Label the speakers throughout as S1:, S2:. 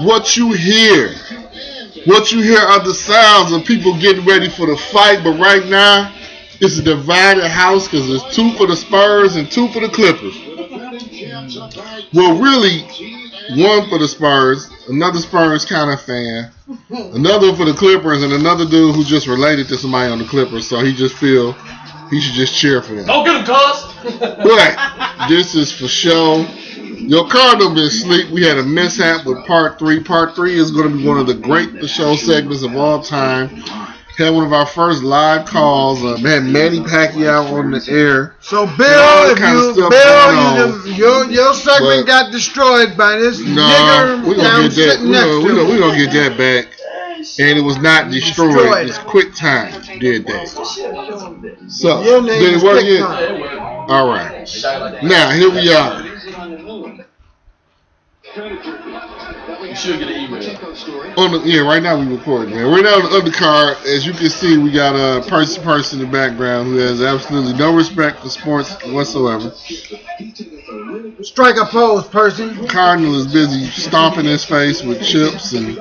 S1: What you hear, what you hear are the sounds of people getting ready for the fight. But right now, it's a divided house because there's two for the Spurs and two for the Clippers. Well, really, one for the Spurs, another Spurs kind of fan, another for the Clippers, and another dude who just related to somebody on the Clippers, so he just feel he should just cheer for them.
S2: Don't get him, cuz.
S1: But this is for show. Your Cardinal been asleep. We had a mishap with part three. Part three is going to be one of the great for show segments of all time. Had one of our first live calls. Uh, man, Manny Pacquiao on the air.
S3: So Bill,
S1: all
S3: if
S1: kinda
S3: you
S1: stuff
S3: Bill,
S1: going
S3: you, your your
S1: But-
S3: segment got destroyed by this
S1: No,
S3: nigger
S1: we're
S3: down
S1: gonna get that.
S3: sitting
S1: We're
S3: next
S1: gonna,
S3: to
S1: we
S3: you.
S1: gonna, we gonna get that back. And it was not destroyed.
S3: Destroyed.
S1: It's quick time did that. So
S3: Your name
S1: did
S3: is
S1: it work
S3: Quick
S1: yet?
S3: Time.
S1: All right. Now here we are.
S2: You should get an email.
S1: On the yeah, right now we recording, man. Right now on the undercard, as you can see, we got a person person in the background who has absolutely no respect for sports whatsoever.
S3: Strike a pose, person.
S1: Cardinal is busy stomping his face with chips and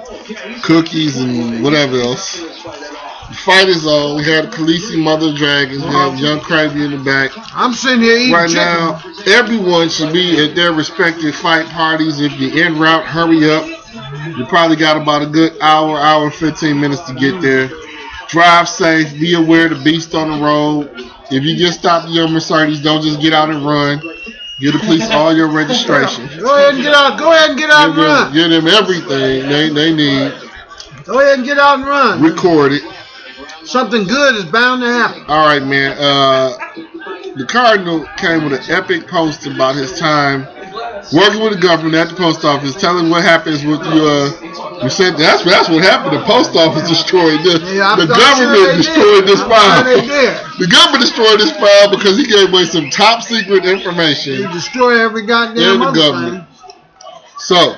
S1: cookies and whatever else. The fight is on. We had Khaleesi Mother Dragons. We have Young Crazy in the back.
S3: I'm sitting here eating
S1: Right
S3: chicken.
S1: now, everyone should be at their respective fight parties. If you're en route, hurry up. You probably got about a good hour, hour and 15 minutes to get there. Drive safe. Be aware of the beast on the road. If you get stopped at your Mercedes, don't just get out and run. Give the police all your registration.
S3: Go ahead and get out. Go ahead and get out
S1: Give
S3: and
S1: them, give
S3: run.
S1: them everything they, they need.
S3: Go ahead and get out and run.
S1: Record it.
S3: Something good is bound to happen.
S1: All right, man. Uh, the Cardinal came with an epic post about his time working with the government at the post office, telling what happens with you. Uh, you said that's that's what happened. The post office destroyed this.
S3: Yeah, I'm-
S1: the
S3: I'm
S1: government
S3: sure they
S1: destroyed
S3: did.
S1: this
S3: I'm
S1: file.
S3: Sure they did.
S1: the government destroyed this file because he gave away some top secret information.
S3: You destroy every
S1: Yeah,
S3: goddamn
S1: the
S3: other
S1: government. So,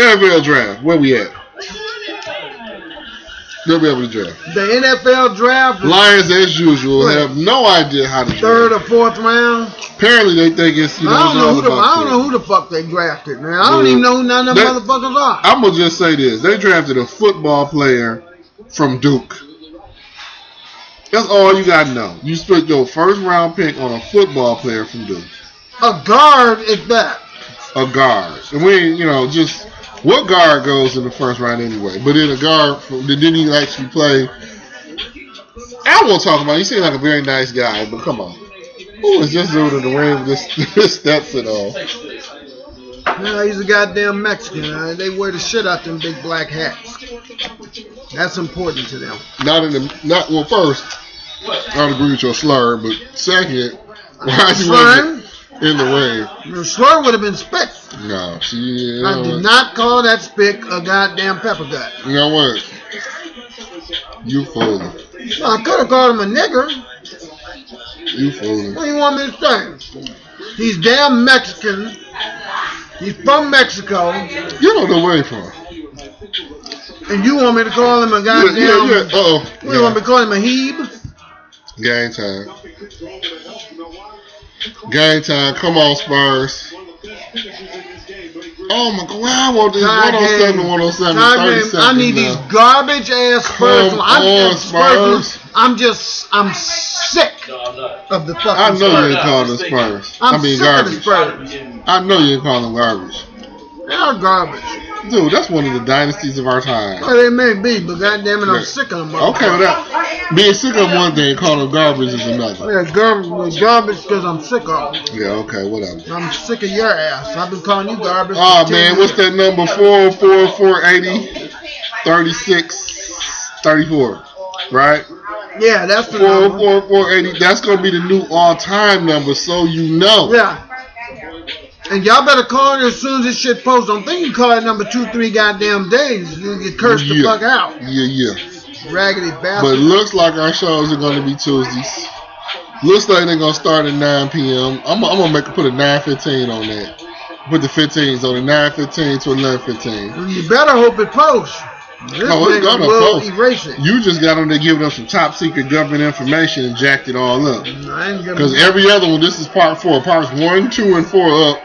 S1: NFL draft. Where we at? NFL draft.
S3: thing. The NFL draft, the
S1: Lions, as usual, have no idea how to
S3: third
S1: draft.
S3: or fourth round.
S1: Apparently, they think it's you know.
S3: I don't
S1: it's
S3: know
S1: all
S3: who the
S1: about
S3: I don't
S1: them.
S3: know who the fuck they drafted, man. I don't
S1: Yeah.
S3: even know who none of them
S1: That-
S3: motherfuckers are.
S1: I'm gonna just say this: they drafted a football player from Duke. That's all you gotta know. You spent your first round pick on a football player from Duke,
S3: A guard is that.
S1: a guard, and we, you know, just what guard goes in the first round anyway. But then a guard from that didn't even actually play. I won't talk about. It. He seemed like a very nice guy, but come on, who is this dude in the ring with this, this steps and all?
S3: No, he's a goddamn Mexican. Uh, they wear the shit out them big black hats. That's important to them.
S1: Not in the not well. First, I don't agree with your slur, but second, why you wasn't
S3: Slur?
S1: in the
S3: The slur would have been spick.
S1: ring? No, she.
S3: I did not call that spick a goddamn pepper gut.
S1: You know what? You fooling.
S3: Well, I could have called him a nigger.
S1: You fooling.
S3: What do you want me to say? He's damn Mexican. He's from Mexico, and
S1: You don't know where he from.
S3: you want me to call him a
S1: Yeah,
S3: goddamn?
S1: yeah, yeah. Uh oh.
S3: What do you want me to call him a heeb?
S1: Game time. Game time. Come on, Spurs. Oh my God! I want this
S3: Tie
S1: 107
S3: game.
S1: 107
S3: Tie
S1: 30
S3: game. I need
S1: seconds now.
S3: these garbage ass Spurs.
S1: Come
S3: I'm
S1: on,
S3: just Spurs.
S1: Spurs.
S3: I'm just I'm sick
S2: No, I'm not.
S3: of the fucking
S1: I know you
S3: Spurs.
S1: didn't call them Spurs.
S3: I'm
S1: I mean
S3: sick of the
S1: garbage.
S3: Spurs.
S1: I know you didn't call them garbage.
S3: They're garbage.
S1: Dude, that's one of the dynasties of our time.
S3: Well, they may be, but goddamn it, I'm
S1: Right.
S3: sick of them.
S1: Okay, well, that being sick of one thing, calling them garbage is another.
S3: Yeah, garbage, garbage, because I'm sick of them.
S1: Yeah, okay, whatever.
S3: I'm sick of your ass. I've been calling you garbage. for
S1: Oh
S3: 10
S1: man,
S3: years.
S1: what's that number? 44480 36 34, right?
S3: Yeah, that's the number.
S1: 44480, that's gonna be the new all time number, so you know.
S3: Yeah. And y'all better call it as soon as this shit posts. Don't think you call it number two, three goddamn days. You get cursed the
S1: Yeah.
S3: fuck out.
S1: Yeah, yeah.
S3: Raggedy
S1: But
S3: bastard.
S1: looks like our shows are going to be Tuesdays. Looks like they're going to start at 9 p.m. I'm, I'm going to make put a 9:15 on that. Put the 15s on the 9:15 to 11:15.
S3: you better hope it posts. This
S1: Oh, it's
S3: nigga
S1: gonna
S3: will
S1: post.
S3: erase it.
S1: You just got on there giving us some top secret government information and jacked it all up.
S3: I ain't
S1: Because
S3: gonna.
S1: every other one, this is part four. Parts one, two, and four up.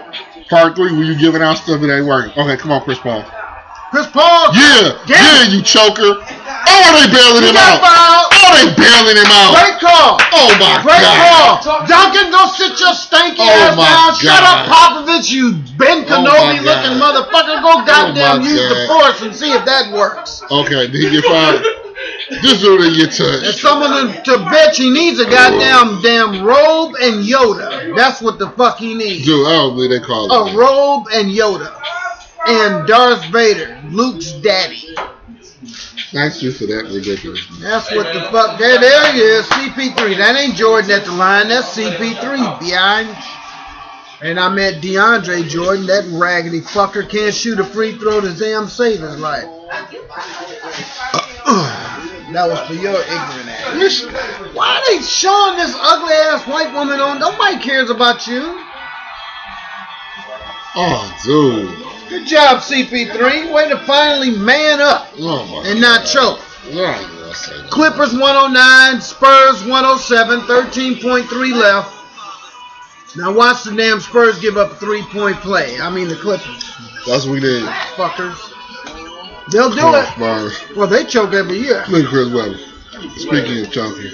S1: Part three, where you giving out stuff that ain't working. Okay, come on, Chris Paul.
S3: Chris Paul.
S1: Yeah,
S3: Damn
S1: yeah, you choker. Oh, they bailing
S3: He
S1: him
S3: got
S1: out.
S3: fouled.
S1: Oh, they bailing him out.
S3: Great call.
S1: Oh my
S3: Great
S1: God.
S3: call. Duncan, go sit your stanky
S1: Oh
S3: ass
S1: my
S3: down. Shut up,
S1: God.
S3: Popovich, you Ben
S1: Oh my
S3: Kenobi looking
S1: God. Oh
S3: motherfucker. Go goddamn
S1: my
S3: use the
S1: God.
S3: force and see if that works.
S1: Okay, did he get fired? This dude didn't get
S3: And
S1: touched.
S3: someone to, to bitch, he needs a goddamn damn robe and Yoda. That's what the fuck he needs.
S1: Dude, I don't believe they called
S3: A
S1: him.
S3: robe and Yoda. And Darth Vader, Luke's daddy.
S1: Thank you for that ridiculous.
S3: That's what the fuck. There, there he is. CP3. That ain't Jordan at the line. That's CP3 behind. And I met DeAndre Jordan. That raggedy fucker can't shoot a free throw to damn save his life. that was for your ignorant ass.
S1: Miss-
S3: Why they showing this ugly ass white woman on? Nobody cares about you.
S1: Oh, dude.
S3: Good job, CP3. Way to finally man up
S1: Oh my.
S3: and not choke.
S1: God. Yeah, I ain't gonna say that.
S3: Clippers 109, Spurs 107, 13.3 left. Now watch the damn Spurs give up a three-point play. I mean the Clippers,
S1: That's what we did.
S3: fuckers. They'll do
S1: Come on,
S3: it.
S1: Spurs.
S3: Well, they choke every year.
S1: Look at Chris Webber. Speaking of chunky.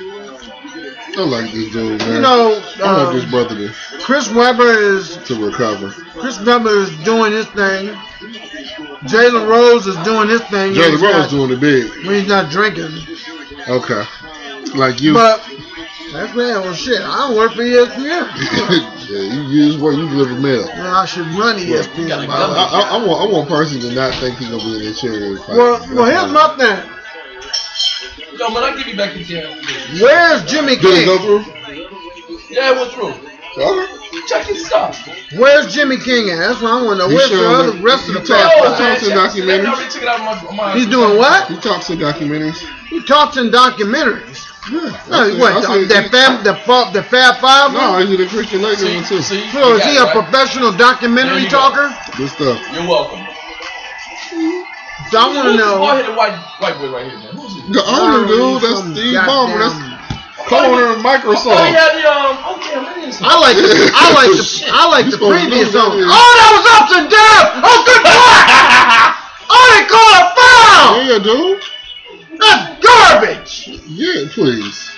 S1: I like this dude, man.
S3: You know,
S1: I want this
S3: um,
S1: brother to,
S3: Chris Webber is
S1: to recover.
S3: Chris Webber is doing his thing. Jalen Rose is doing his thing. when
S1: Jalen
S3: he's
S1: Rose
S3: not-
S1: doing it big.
S3: when he's not drinking.
S1: Okay. Like you.
S3: But that's man, well shit. I don't work for E ESPN.
S1: yeah, you use what you live a mail.
S3: Man, I should run E ESPN.
S1: I,
S3: By the way.
S1: I, I want I want person to not think he's gonna be in the chair.
S3: Well, well, here's my thing.
S2: No, but I'll give you back the chair.
S3: Where's Jimmy
S1: Did it
S3: King?
S1: go through?
S2: Yeah, it went through.
S1: Okay.
S2: Check his stuff.
S3: Where's Jimmy King at? That's what I want to know.
S1: You
S3: Where's
S1: sure
S3: the other
S1: that-
S3: rest of the
S1: you talking-
S2: No,
S1: talk to
S2: Oh,
S3: top
S2: man,
S1: the
S2: check-
S1: documentary.
S2: I already took it out of my, my
S3: He's doing what?
S1: He talks in documentaries.
S3: He talks in documentaries.
S1: Yeah.
S3: No,
S1: I said- I
S3: what?
S1: said-
S3: The Fab, the Fab, the Fab Five?
S1: No,
S3: one?
S1: he's in the Christian Laker
S2: See,
S1: one too.
S2: see, you
S3: So is
S2: got
S3: he
S2: it,
S3: a
S2: right?
S3: professional
S2: There
S3: documentary
S2: you go.
S3: talker?
S1: Good stuff.
S2: You're welcome.
S3: So I want to know.
S2: Bald-headed white white boy right here, man. Who's he?
S1: The owner, dude, that's
S3: Some
S1: Steve
S3: goddamn-
S1: Ballmer. That's co-owner of
S2: Oh, he
S1: Microsoft.
S2: had the um. Oh damn, that is.
S3: I like the I like the I like
S1: You
S3: the
S1: supposed to
S3: previous
S1: know that is.
S3: owner. Oh, that was ups and downs. Oh, good block. oh, they called a foul.
S1: Yeah, dude.
S3: That's garbage.
S1: Yeah, please.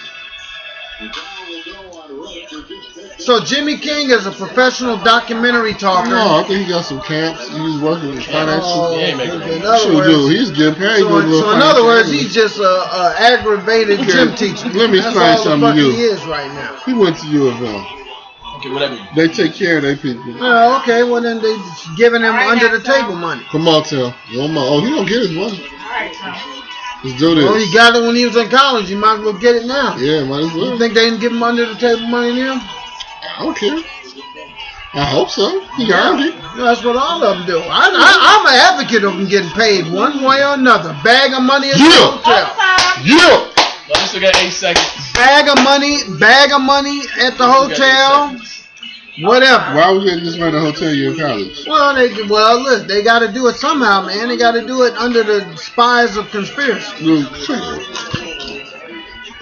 S3: So Jimmy King is a professional documentary talker.
S1: No, I think he got some camps. He's working with
S3: Oh,
S1: financial.
S2: Yeah, he make
S3: okay.
S2: it.
S3: In other
S1: Sure,
S3: words-
S1: dude. He's getting paid.
S3: So,
S1: good
S3: in-
S1: little
S3: so in other
S1: financial
S3: words,
S1: aid.
S3: he's just a, a aggravated
S1: Okay,
S3: gym teacher.
S1: let me
S3: That's
S1: explain
S3: all the
S1: something to
S3: fuck
S1: you.
S3: He is right now.
S1: he went to U of M.
S2: Okay, whatever. you-
S1: They take care of their people.
S3: Oh, okay. Well, then they just giving him
S4: All right,
S3: under the
S4: that's all.
S3: table money.
S1: Come on, Tim. One more. Oh, he don't get his money.
S4: Alright, Tom.
S1: Let's do this.
S3: Well, he got it when he was in college. Oh, He might as well get it now.
S1: yeah, might as well.
S3: You think they didn't give him under the table money now?
S1: I don't care. I hope so. He earned it.
S3: That's what all of them do. I, I, I'm an advocate of them getting paid one way or another. Bag of money at the
S1: Yeah.
S3: hotel.
S4: Tom.
S1: Yeah.
S2: No, you still got eight seconds.
S3: Bag of money, bag of money
S2: You
S3: at the
S2: still got
S3: hotel,
S2: eight seconds.
S3: whatever.
S1: Why was you just rent a hotel you in college?
S3: Well, they well look, they got to do it somehow, man. They got to do it under the spies of conspiracy.
S1: Dude, shut up.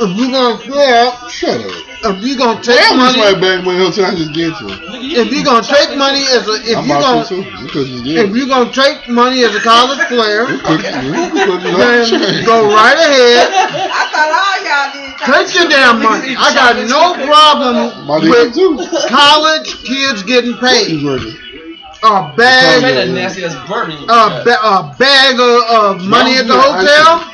S3: If you gonna yeah,
S1: Shut up.
S3: if you gonna take
S1: Damn, this
S3: money,
S1: right back when hotel I just get to. it.
S3: if you gonna take money as a if
S1: I'm
S3: you
S1: about to
S3: gonna
S1: too. Because you
S3: if
S1: did.
S3: you gonna take money as a college player, then
S1: Then
S3: go right ahead,
S4: I thought all y'all did. Tom.
S3: take your damn money. I got no
S1: My
S3: problem
S1: nigga
S3: with
S1: too.
S3: college kids getting
S1: He's
S3: paid
S1: working.
S3: a
S2: You made
S3: bag
S2: that nasty ass bourbon. you
S3: a, ba- a bag of, of money at the hotel,
S2: got,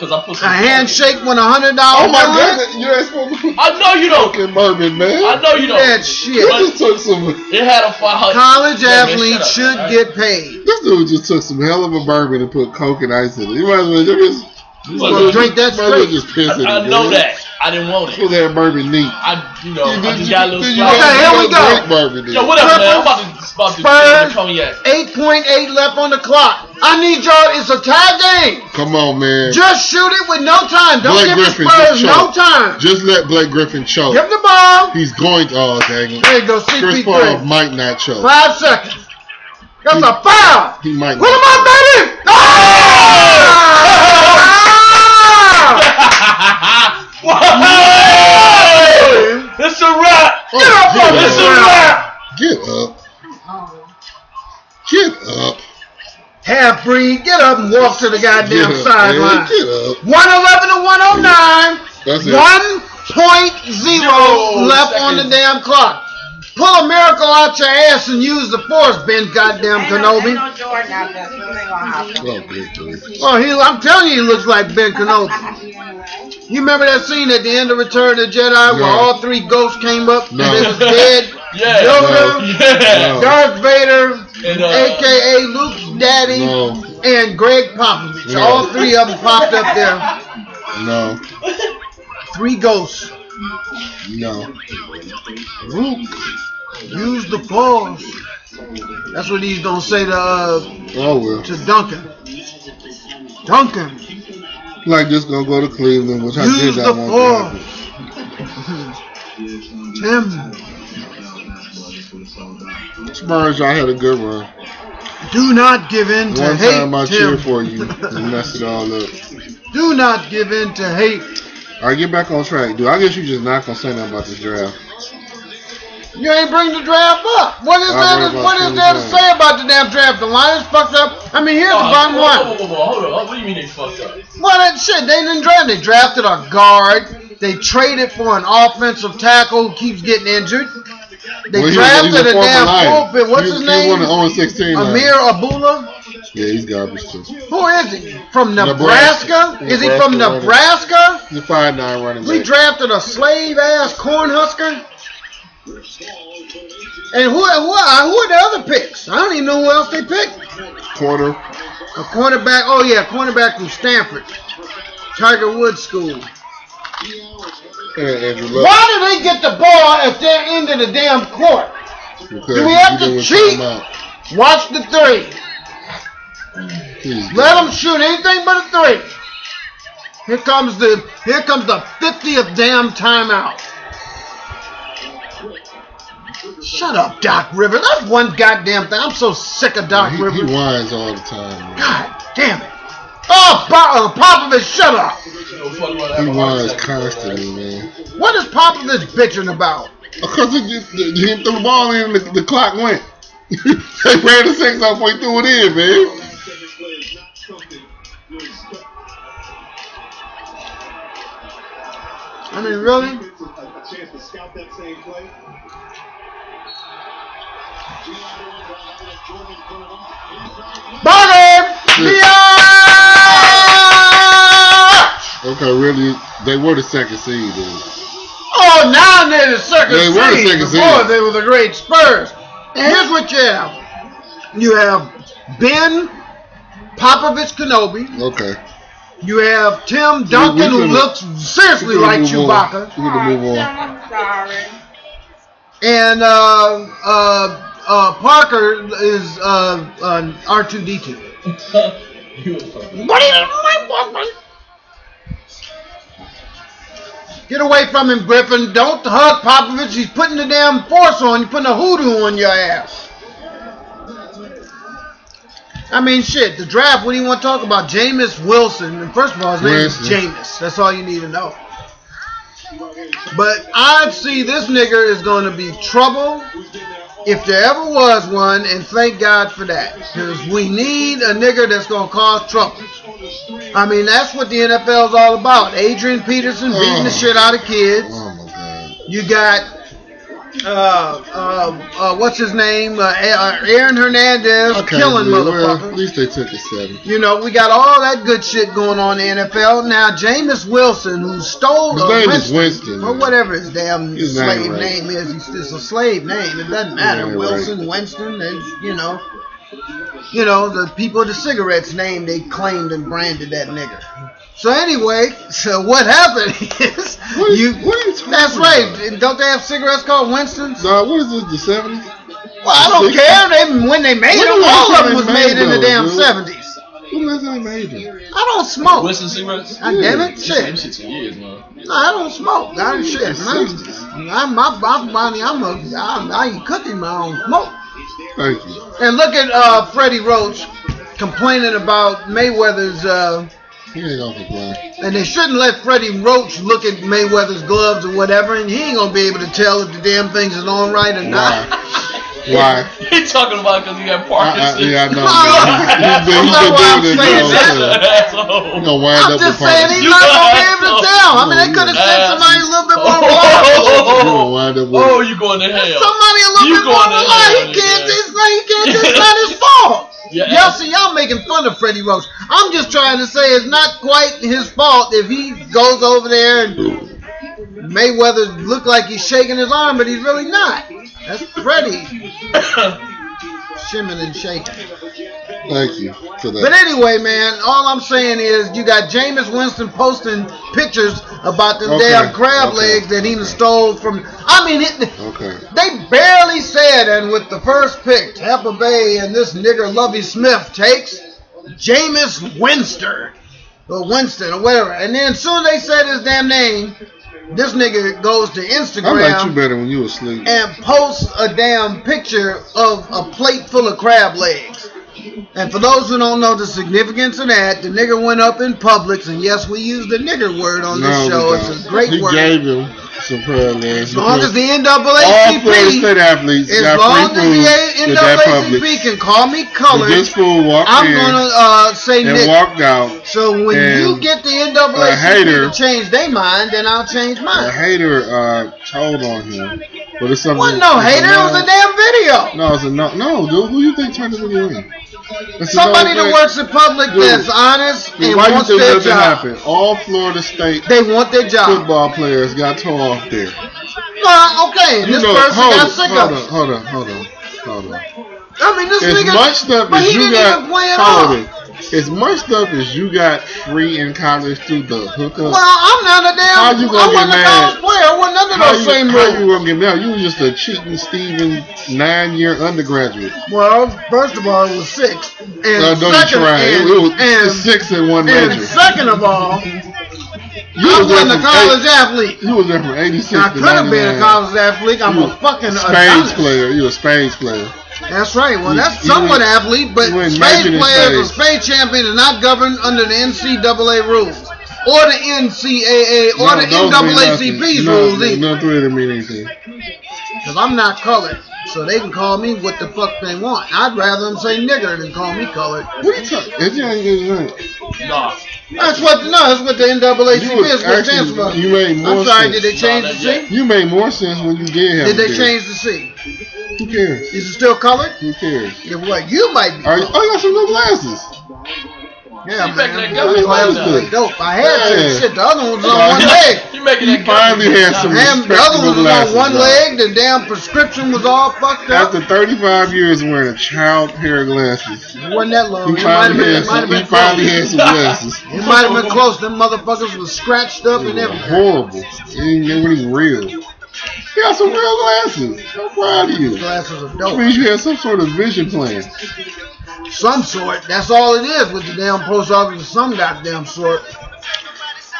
S2: Cause I put
S3: a
S2: some.
S3: handshake with a hundred dollars.
S1: Oh my god, you ain't supposed to put
S2: I know you don't.
S1: fucking bourbon,
S2: I
S1: man.
S2: know you don't.
S3: That shit.
S1: You just took some.
S2: It had a fire.
S3: College
S2: Yeah, man, shut
S3: athletes
S2: up,
S3: should
S2: man.
S3: get paid.
S1: This dude just took some hell of a bourbon and put coke and ice in it. You might as well just, you might as well
S3: Drink that
S1: just, might as well
S3: straight.
S1: just piss in it.
S2: I, I know
S1: man.
S2: that. I didn't want
S1: Put
S2: it.
S1: that bourbon neat.
S2: I, you know, I
S1: Then
S2: just got a little
S1: then
S2: splash.
S3: Okay, here we go.
S1: Drink bourbon
S2: Yo,
S1: neat.
S2: what up, man? I'm
S3: Purple.
S2: about to, about to,
S3: Spurs.
S2: about to come yet.
S3: 8.8 left on the clock. I need y'all. It's a tie game.
S1: Come on, man. Just,
S3: Just shoot it with no time. Don't
S1: Blake
S3: give the
S1: Griffin,
S3: Spurs
S1: good
S3: no
S1: shot.
S3: time.
S1: let Blake Griffin choke.
S3: Give the ball.
S1: He's going to. Oh, dang it.
S3: There you go,
S1: Chris Paul
S3: CP3.
S1: might not choke.
S3: Five seconds. That's a foul.
S1: He might.
S3: What am
S1: not.
S3: I betting?
S1: Oh!
S3: Ah!
S2: Whoa! It's a wrap.
S1: Oh,
S3: Get up
S1: get
S3: on this
S2: It's a
S1: out.
S2: wrap.
S1: Get up. Get up.
S3: Half breed, get up and walk to the
S1: Get
S3: goddamn
S1: up, man.
S3: sideline.
S1: Get up.
S3: 111 to
S1: That's
S3: 109.
S1: it.
S3: 1.0
S2: Zero
S3: left on the
S2: seconds.
S3: damn clock. Pull a miracle out your ass and use the force, Ben goddamn
S4: Ain't no-
S3: Kenobi.
S4: ain't no Jordan out there, so it ain't gonna happen.
S1: Oh, big three.
S3: Well, he, I'm telling you, he looks like Ben Kenobi. You remember that scene at the end of Return of the Jedi
S1: No.
S3: where all three ghosts came up?
S1: No.
S3: They was dead.
S2: Yeah.
S3: Yoda,
S2: Yeah.
S1: No.
S3: Darth Vader,
S2: And, uh,
S3: aka Luke's daddy,
S1: No,
S3: and Greg Popovich.
S1: No.
S3: All three of them popped up there.
S1: no,
S3: Three ghosts.
S1: no.
S3: Luke, use the force. That's what he's gonna say to uh,
S1: Oh well.
S3: to Duncan. Duncan,
S1: Like this gonna go to Cleveland, which I
S3: Use
S1: did
S3: the
S1: not want
S3: force.
S1: to happen.
S3: Tim,
S1: Spurs, y'all had a good run.
S3: do not give in to
S1: One
S3: hate.
S1: time I
S3: Tim.
S1: cheered for you and messed it all up.
S3: do not give in to hate.
S1: All right, get back on track, dude. I guess you just not gonna say nothing about this draft.
S3: You ain't bring the draft up. What is
S1: I
S3: that?
S1: bring up
S3: What is
S1: two
S3: there to
S1: things.
S3: say about the damn draft? The Lions fucked up. I mean, here's the bottom
S2: Oh, whoa,
S3: line.
S2: whoa, whoa, whoa, hold on. What do you mean they fucked up?
S3: Well, that shit, they didn't draft. They drafted a guard. They traded for an offensive tackle who keeps getting injured. They
S1: Well, he was-
S3: drafted
S1: he's
S3: a,
S1: former
S3: damn
S1: Lion.
S3: pulpit. What's
S1: He-
S3: his
S1: He won oh the
S3: name?
S1: only 16. Lion.
S3: Amir Abula.
S1: Yeah, he's garbage too.
S3: Who is he? From
S1: Nebraska.
S3: Nebraska? Is he from
S1: Nebraska.
S3: Nebraska?
S1: He's a five nine running
S3: We
S1: back.
S3: drafted a slave ass cornhusker. And who, who, are- who are the other picks? I don't even know who else they picked.
S1: Corner.
S3: A cornerback, oh yeah, cornerback from Stanford, Tiger Woods School.
S1: And Andrew Luck.
S3: Why do they get the ball at their end of the damn court?
S1: Because
S3: Do we have
S1: you
S3: to
S1: didn't
S3: cheat?
S1: time out.
S3: Watch the three.
S1: He's
S3: Let them
S1: garbage.
S3: shoot anything but a three. Here comes the here comes the 50th damn timeout. Shut up, Doc Rivers. That's one goddamn thing. I'm so sick of Doc
S1: He, he
S3: Rivers.
S1: whines all the time. man.
S3: God damn it. Oh, Bo- uh, Popovich, shut up.
S2: No fucking about
S1: He
S2: having a heart
S1: whines
S2: attack.
S1: constantly, man.
S3: What is Popovich bitching about?
S1: Because he, just- he threw the ball in and the, the clock went. they ran the six halfway through it in, man.
S3: I mean, really? Bobby Biatch!
S1: Okay, really, they were the second seed, dude.
S3: Oh, now they're the second
S1: They were the
S3: seed.
S1: second
S3: Before
S1: seed.
S3: they were the great Spurs. And here's what you have. You have Ben Popovich Kenobi.
S1: Okay.
S3: You have Tim Duncan, who
S1: could've-
S3: looks seriously like Chewbacca.
S1: We're going to move on.
S4: I'm sorry.
S3: And uh, uh, uh, Parker is uh, uh, R2D2.
S2: You a fucking-
S3: Get away from him, Griffin. Don't hug Popovich. He's putting the damn force on you, putting a hoodoo on your ass. I mean, shit, the draft, what do you want to talk about? Jameis Wilson. And first of all, his name is
S1: Wilson.
S3: Jameis. That's all you need to know. But I see this nigger is going to be trouble if there ever was one, and thank God for that. Because we need a nigger that's going to cause trouble. I mean, that's what the NFL is all about. Adrian Peterson beating the shit out of kids.
S1: Oh, my God.
S3: You got, uh, uh, uh, what's his name? Uh, A- Aaron Hernandez
S1: Okay,
S3: killing
S1: dude, well, at
S3: motherfucker.
S1: least they took a seven.
S3: You know, we got all that good shit going on in the NFL. Now, Jameis Wilson, who stole
S1: His
S3: a
S1: name is
S3: Winston-
S1: Winston.
S3: or
S1: man.
S3: whatever his damn
S1: His name,
S3: slave
S1: right.
S3: name is. It's it's a slave name. It doesn't matter.
S1: Yeah,
S3: Wilson, Winston, it's, you know. You know, the people with the cigarettes name they claimed and branded that nigger. So anyway, so what happened is
S1: What is-
S3: you
S1: what are you talking
S3: That's right.
S1: about?
S3: Don't they have cigarettes called Winston's?
S1: Nah, what is this, the 70s?
S3: Well, I don't
S1: Sixties.
S3: care. They, when they made
S1: When
S3: them,
S1: the last
S3: all of
S1: time
S3: them was
S1: they
S3: made
S1: made
S3: in the
S1: those,
S3: damn
S1: dude?
S3: 70s.
S1: When was the last time they made them?
S3: I don't smoke.
S2: Winston cigarettes?
S3: Oh. God damn it. Shit.
S2: Them shits for years, man.
S3: No, I don't smoke. I don't shit.
S1: Sixties.
S3: I'm, I'm, my, my body, I'm a, I, I eat cooking my own smoke.
S1: Thank you.
S3: And look at uh, Freddie Roach complaining about Mayweather's, uh,
S1: He ain't going to complain.
S3: and they shouldn't let Freddie Roach look at Mayweather's gloves or whatever, and he ain't gonna be able to tell if the damn things is on right or not.
S1: Why?
S2: He talking about because he
S1: I,
S2: got
S1: I,
S2: Parkinson's.
S1: Uh, yeah, I know. man. He- he been- he
S3: That's not what I'm
S1: been doing it, you know, so He
S3: saying. That's-
S1: gonna wind
S3: I'm
S1: up
S3: just
S1: with
S3: saying
S1: Parkinson's.
S3: he's
S2: You
S3: not gonna be
S2: an
S3: able to
S2: asshole.
S3: tell. I mean, they
S1: You
S3: could have
S2: an
S3: sent somebody a little bit more reliable.
S1: He
S2: Oh,
S1: gonna wind up
S2: oh,
S1: with.
S2: you going to hell?
S3: Somebody a little
S2: You
S3: bit more
S2: going to
S3: reliable. He
S2: hell,
S3: can't.
S2: yeah.
S3: It's not. He can't. It's not his fault.
S2: Yeah.
S3: Y'all see, y'all making fun of Freddie Roach. I'm just trying to say it's not quite his fault if he goes over there and Mayweather look like he's shaking his arm, but he's really not. That's Freddie shimming and shaking.
S1: Thank you for
S3: But
S1: that.
S3: anyway, man, all I'm saying is you got Jameis Winston posting pictures about the
S1: Okay,
S3: damn crab
S1: okay.
S3: legs that he done stole from. I mean, it,
S1: Okay.
S3: they barely said, and with the first pick, Tampa Bay and this nigger Lovey Smith takes Jameis Winston. Or Winston or whatever. And then as soon as they said his damn name, this nigga goes to
S1: I liked you
S3: Instagram
S1: better when you were asleep.
S3: and posts a damn picture of a plate full of crab legs. And for those who don't know the significance of that, the nigga went up in Publix, and yes, we use the nigger word on
S1: No,
S3: this
S1: we
S3: show.
S1: don't.
S3: It's a great
S1: he
S3: word.
S1: gave him some prayer legs.
S3: as long as the
S1: all Florida
S3: NAACP
S1: State athletes
S3: as
S1: got
S3: long
S1: free
S3: as
S1: food
S3: the
S1: at that
S3: NAACP
S1: public.
S3: can call me
S1: If This
S3: colored,
S1: fool walked
S3: I'm
S1: in
S3: gonna uh, say
S1: and
S3: Nick.
S1: walked out.
S3: So when you
S1: and
S3: get the
S1: a hater-
S3: NAACP to change their mind, then I'll change
S1: A
S3: mine.
S1: hater uh, told on him, but it's something.
S3: Wasn't no
S1: it's
S3: hater, it was
S1: no-
S3: a damn video.
S1: No, it's a no. No, dude, who you think turned the video in? It's
S3: Somebody
S1: another
S3: that
S1: thing.
S3: works in public
S1: Dude.
S3: that's honest and
S1: Why you
S3: wants
S1: think
S3: their
S1: that didn't
S3: job.
S1: happen? All Florida State
S3: They want their job.
S1: football players got tore off there.
S3: Well, okay,
S1: You
S3: this
S1: know,
S3: person
S1: hold,
S3: got sick
S1: hold
S3: of
S1: on,
S3: it.
S1: hold on, hold on, hold on.
S3: I mean, this
S1: As
S3: nigga,
S1: much stuff
S3: but
S1: as
S3: he
S1: you
S3: didn't
S1: got,
S3: even play at all.
S1: hold it. As much stuff as you got free in college through the hookup.
S3: Well, I'm not a
S1: How
S3: damn.
S1: you gonna
S3: I
S1: get
S3: wasn't a
S1: mad?
S3: college player. I wasn't under
S1: How
S3: those
S1: you,
S3: same
S1: how
S3: rules.
S1: you gonna get mad? You was just a cheating Steven nine year undergraduate.
S3: Well, first of all, it was six, and
S1: No, don't
S3: second,
S1: you try.
S3: and,
S1: it was
S3: and,
S1: six in one
S3: and
S1: major.
S3: second of all,
S1: You
S3: I
S1: was there
S3: wasn't a
S1: from
S3: college
S1: eight-
S3: athlete.
S1: You was there from eighty six
S3: I
S1: to
S3: could have been a
S1: 99.
S3: college athlete. I'm
S1: You
S3: a fucking
S1: Spades
S3: Adonis.
S1: player. You a Spades player.
S3: That's right. Well,
S1: You-
S3: that's
S1: you
S3: somewhat
S1: ain't-
S3: athlete, but
S1: you ain't
S3: spade
S1: making it
S3: players or
S1: spades.
S3: spade champion are not governed under the NCAA rules or the NCAA or
S1: No,
S3: the
S1: those mean nothing.
S3: NAACP's
S1: No,
S3: rules either.
S1: No, three of them mean anything.
S3: Because I'm not colored, so they can call me what the fuck they want. I'd rather them say nigger than call me colored.
S1: What are you talking? It ain't it ain't-
S2: Nah.
S3: That's what no, that's what the
S1: You
S3: NAACP
S1: was
S3: is what stands
S1: actually-
S3: for.
S1: you made more
S3: I'm sorry,
S1: sense.
S3: did they change
S2: No,
S3: the
S2: not
S3: C?
S2: yet.
S1: You made more sense when you did have.
S3: Did
S1: him
S3: they
S1: there.
S3: change the C?
S1: Who cares?
S3: Is it still colored?
S1: Who cares?
S3: Yeah, what you might be.
S1: Are you,
S3: colored.
S1: oh, you got some new glasses.
S3: Yeah,
S2: You back
S3: man.
S2: that government
S3: Those glasses
S1: glasses.
S3: look dope. I had
S1: Yeah.
S3: some shit. The other one was on
S1: Yeah.
S3: one leg.
S2: You making
S1: He
S2: that
S1: finally
S2: company.
S1: had some
S2: Nah.
S3: Damn, the other one was on
S1: Respectable
S3: one
S1: glasses,
S3: leg. The damn prescription was all fucked up.
S1: After 35 years wearing a child pair of glasses,
S3: It wasn't that long.
S1: he
S3: It Oh, might have
S1: finally had
S3: been. It might
S1: some,
S3: have
S1: he
S3: been
S1: finally
S3: close.
S1: had some glasses.
S3: It might have been close. Them motherfuckers was scratched up and
S1: They were
S3: everything.
S1: horrible. They ain't they weren't even real. You got some real glasses. I'm proud of you.
S3: Glasses of
S1: That
S3: dope.
S1: means you had some sort of vision plan.
S3: Some sort. That's all it is with the damn post office. of Some goddamn sort.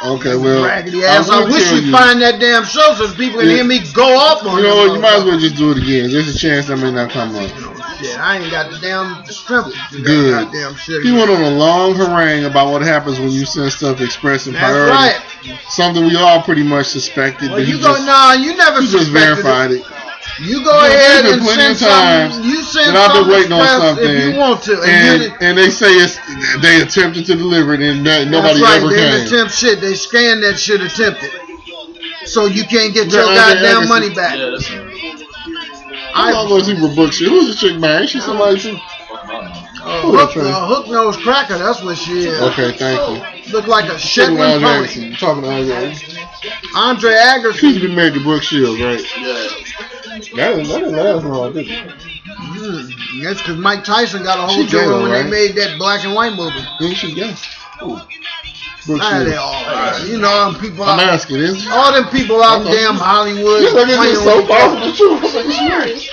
S1: Okay, well,
S3: Raggedy ass.
S1: will
S3: I, wish
S1: tell
S3: we'd find that damn show so people can
S1: Yeah.
S3: hear me go off on
S1: You know what?
S3: them
S1: You might as
S3: motherfuckers.
S1: well just do it again. There's a chance I may not come up.
S3: Shit, I ain't got the damn strength to do
S1: Good.
S3: that goddamn shit.
S1: He went on a long harangue about what happens when you send stuff expressing
S3: That's
S1: priority.
S3: right.
S1: Something we all pretty much suspected,
S3: Well,
S1: but he
S3: you go,
S1: just,
S3: nah, you never
S1: he just
S3: suspected it.
S1: verified it.
S3: You go
S1: Yeah,
S3: ahead
S1: there's been
S3: and
S1: plenty
S3: send
S1: of times
S3: some. You send
S1: that I've been
S3: some
S1: waiting on
S3: express
S1: something.
S3: if you want to, and, you
S1: And,
S3: did-
S1: and they say it's they attempted to deliver it and that, nobody
S3: that's right.
S1: ever
S3: they didn't
S1: came.
S3: attempt shit. They scanned that shit attempted, so you can't get
S1: Yeah,
S3: your
S1: I get- I
S3: goddamn
S1: get
S3: money
S1: some-
S3: back.
S2: Yeah, that's a-
S1: I don't know if he were book shit. Who's the chick, man? Ain't she somebody too?
S2: fuck my mom.
S3: A
S1: Who that
S3: hook,
S1: train?
S3: a hook nose cracker. That's what she is.
S1: Okay, thank you.
S3: Look like a
S1: Talking
S3: Shetland
S1: to
S3: pony.
S1: Anderson. Talking to Anderson.
S3: Andre
S1: She used
S3: Agassi.
S1: to be married to Brooke Shields, right?
S2: Yeah.
S1: That didn't, that didn't last long, did it?
S3: Mm, that's because Mike Tyson got a
S1: She
S3: hold to her
S1: dead,
S3: when
S1: right?
S3: they made that black and white movie.
S1: Didn't she? Yes. Who? Brooke
S3: Ah, they
S1: Shields.
S3: all right. You know, them people
S1: I'm
S3: out,
S1: asking, isn't she?
S3: all them people out in
S1: Okay.
S3: damn Hollywood.
S1: Yeah, that
S3: playing
S1: is
S3: with
S1: so
S3: each
S1: far
S3: other.
S1: from the truth. Like, it's nice.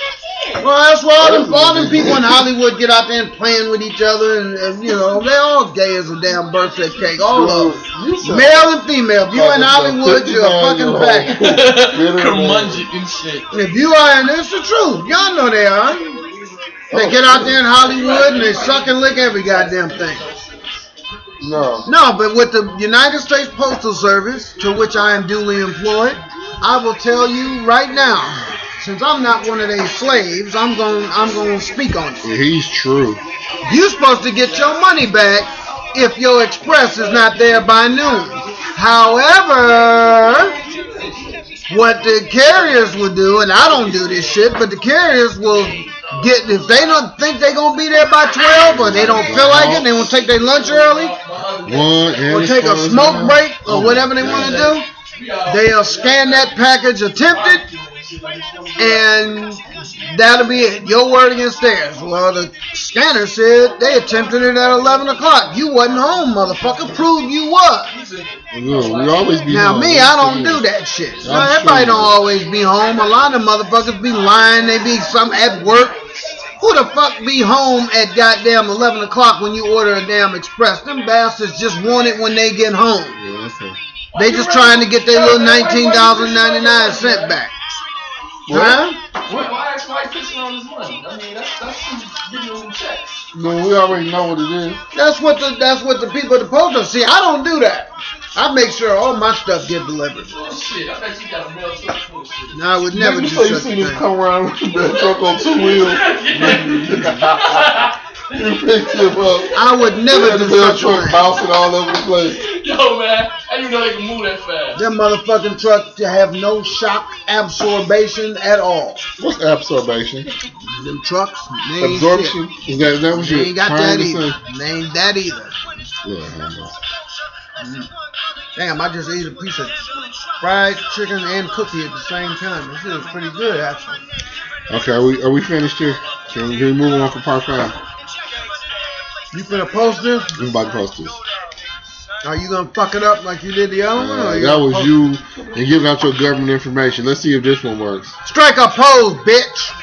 S3: Well, that's why all them, all them people in Hollywood get out there and playing with each other, and, and, you know they all gay as a damn birthday cake. All of them,
S1: You said-
S3: male and female. If you in Hollywood, you're a fucking faggot.
S2: Curmudgeon and shit.
S3: If you are, and it's the truth, y'all know they are. They get out there in Hollywood and they suck and lick every goddamn thing.
S1: No.
S3: No, but with the United States Postal Service, to which I am duly employed, I will tell you right now, since I'm not one of their slaves, I'm going I'm going to speak on it.
S1: He's true.
S3: You're supposed to get your money back if your express is not there by noon. However, what the carriers will do, and I don't do this shit, but the carriers will get if they don't think they're gonna be there by twelve or they don't feel like it, they want to take their lunch early
S1: One Oh and
S3: or take a smoke break or whatever they want to do. They'll scan that package attempted, and that'll be it. Your word against theirs. Well, the scanner said they attempted it at 11 o'clock. You wasn't home, motherfucker. Prove you was.
S1: Yeah, we always be
S3: Now,
S1: wrong.
S3: me, I don't do that shit. Now,
S1: I'm
S3: everybody
S1: sure.
S3: don't always be home. A lot of motherfuckers be lying. They be some at work. Who the fuck be home at goddamn 11 o'clock when you order a damn express? Them bastards just want it when they get home.
S1: Yeah, that's a-
S3: They just trying to get their little nineteen dollars and ninety nine cent back. Huh?
S2: Why, why, why pissing on this money? I mean, that's that's who's giving them checks.
S1: No, we already know what it is.
S3: That's what the that's what the people at the post office see. I don't do that. I make sure all my stuff get delivered.
S2: Bullshit. Oh, I bet you got a mail truck full of shit.
S3: No, I would never do
S1: Nigga, so you
S3: such a
S1: see this
S3: thing.
S1: come around with that truck on two wheels. You picked him up.
S3: I would never
S1: Had the
S3: do
S1: little
S3: such a
S1: truck
S3: thing.
S1: bouncing all over the place.
S2: Yo, man, I didn't know they can move that fast.
S3: Them motherfucking trucks to have no shock absorption at all.
S1: What's absorption?
S3: Them trucks, they ain't
S1: Absorption? Is that, is that what
S3: Shit. They
S1: you're
S3: ain't got
S1: trying
S3: that
S1: to say?
S3: either. They ain't that either.
S1: Yeah, I know.
S3: Damn, I just ate a piece of fried chicken and cookie at the same time. This shit was pretty good actually.
S1: Okay, are we, are we finished here? Can we, can we move on for part five?
S3: You finna post this?
S1: We're about to post this.
S3: Are you gonna fuck it up like you did the other one? or
S1: Uh,
S3: you
S1: that
S3: gonna
S1: was
S3: post-
S1: you and giving out your government information. Let's see if this one works.
S3: Strike a pose, bitch.